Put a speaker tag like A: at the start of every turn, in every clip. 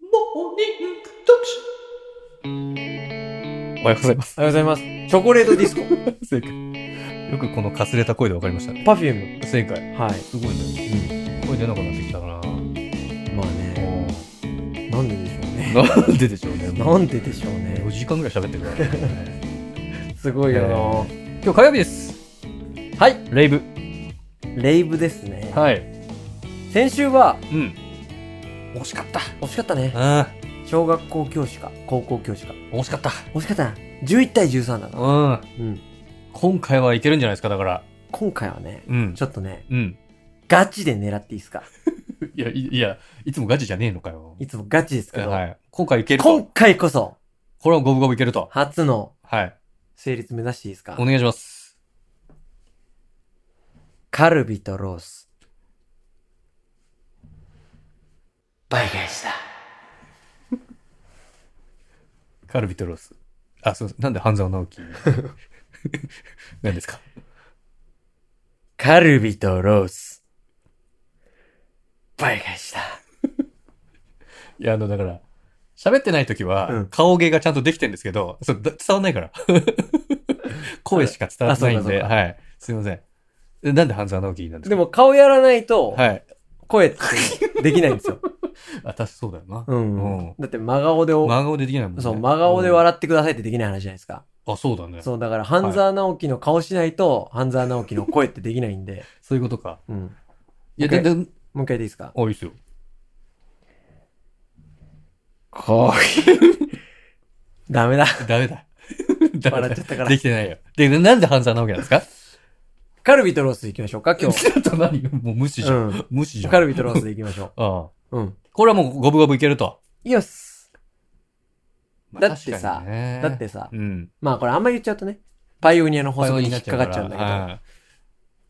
A: モーニング読書。おはようございます。
B: おはようございます。チョコレートディスコ。
A: 正解。よくこのかすれた声でわかりましたね。
B: パフューム。
A: 正解。
B: はい。
A: すごいね。声出なくなってきたな。
B: まあね。なんででしょうね。
A: なんででしょうね。もう
B: なんででしょう
A: 4
B: ね。
A: 時間ぐらい喋ってるからね。
B: すごいよな、
A: 今日火曜日です。
B: はい。
A: レイブ。
B: レイブですね。
A: はい。
B: 先週は、
A: うん。惜しかった。
B: 惜しかったね。
A: あ
B: 小学校教師か、高校教師か。
A: あ、惜しかった。
B: 惜しかったな。11対13だな。
A: うん。
B: うん。
A: 今回はいけるんじゃないですか、だから。
B: 今回はね、
A: うん
B: ちょっとね、
A: うん。
B: ガチで狙っていいですか
A: いや、いいや、いつもガチじゃねえのかよ。
B: いつもガチですけど、
A: はい。今回いける
B: 今
A: と。
B: 回こそ、
A: これは五分五分いけると。
B: 初の
A: はい。
B: 成立目指していいですか
A: お願いします。
B: カルビとロース。倍返しだ。
A: カルビとロース。あ、そう、なんで半沢 直樹なんですか
B: カルビとロース。倍返しだ。
A: いや、あの、だから、喋ってない時
B: う
A: は
B: ん、
A: 顔芸がちゃんとできてるんですけど、そうだ伝わんない から。声しか伝わってないん
B: あそう
A: で、
B: かそう
A: はい。すいません。えなんで半沢直樹なんですか
B: で、も顔やらないと、
A: はい。
B: 声ってできないん ですよ。
A: あ、確かそうだよな。
B: うん。
A: うん
B: だって真顔でお、
A: 真顔でできないもんね。
B: そう、真顔で笑ってくださいってできない話じゃないですか。
A: うん。あ、そうだね。
B: そう、だから、半沢直樹の顔しないと、半沢直樹の声ってできないんで、
A: そういうことか。
B: うん。
A: いや、で、
B: OK
A: で、
B: もう一回でいいですか
A: あ、いいっすよ。
B: こう。ダメだ。
A: ダメだ。 ダメだ
B: 笑っちゃったから
A: できてないよ。で、ななんで半沢直樹なんですか
B: カルビとロースでいきましょうか、今日。
A: ちょっと何もう無視じゃん。
B: うん
A: 無視じゃん。
B: カ
A: あ
B: ルビとロースでいきましょ
A: あ
B: う。うん。
A: これはもう五分五分いけると。
B: よし。
A: まあ
B: だって
A: 確か
B: さ
A: に、ね
B: だってさ、
A: うん。
B: まあこれあんまり言っちゃうとね、パイオニアの法
A: パイオ
B: 則
A: ニ
B: に
A: アに
B: 引
A: な
B: っかかっちゃうんだけど、
A: ど。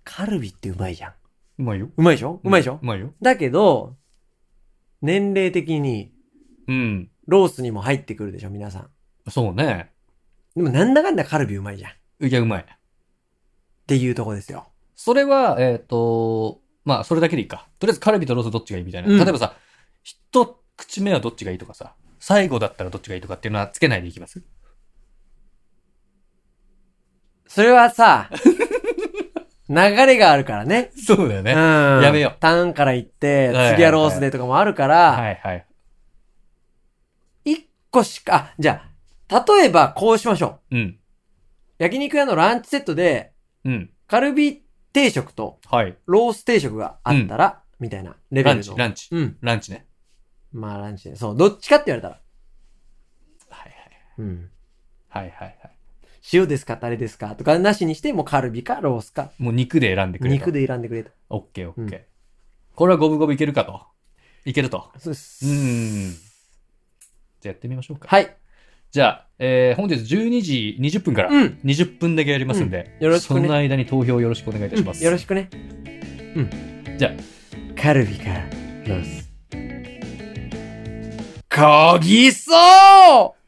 B: カルビってうまいじゃん。
A: うまいよ。
B: うまいでしょうまいでしょ
A: うまいよ。
B: だけど、年齢的に、
A: うん。
B: ロースにも入ってくるでしょ、皆さん。
A: そうね。
B: でもなんだかんだカルビうまいじゃん。っ
A: いや、うまい。
B: ていうとこですよ。
A: それは、えっ、と、まあ、それだけでいいか。とりあえずカルビとロースどっちがいいみたいな。
B: うん
A: 例えばさ、一口目はどっちがいいとかさ、最後だったらどっちがいいとかっていうのはつけないでいきます
B: それ はさ、流れがあるからね。
A: そうだよね。
B: うん。
A: やめよう
B: ターンから行っ
A: はい
B: て
A: はいは、い
B: 次はロースでとかもあるか
A: は
B: ら、
A: いはい。
B: 一個しか、あ、じゃあ、例えばこうしましょ
A: うん。
B: う。焼肉屋のランチセットで、
A: うん。
B: カルビ定食と
A: はい。
B: ロース定食があったら、みたいなレベ
A: ラ
B: ル
A: ンチ、ラ
B: の。
A: ンチ。
B: うん。
A: ランチね。
B: まあランチね。そう、どっちかって言われたら。
A: はいはい。
B: うん。
A: はいはいはい。
B: 塩ですかタレですかとかなしにして、もうカルビかロースか。
A: もう肉で選んでくれと。
B: 肉。で選んでくれと。
A: オッケーオッケー。
B: う
A: これは五分五分いけるかと。いけると。
B: そうです。
A: うーん。じゃあやってみましょうか。
B: はい。
A: じゃあ、えー、本日12時20分から
B: うん。
A: 20分だけやりますんで、
B: うんよろしくね
A: その間に投票よろしくお願いいたします。
B: よろしくね。
A: じゃあ、
B: カルビかロース。こぎそう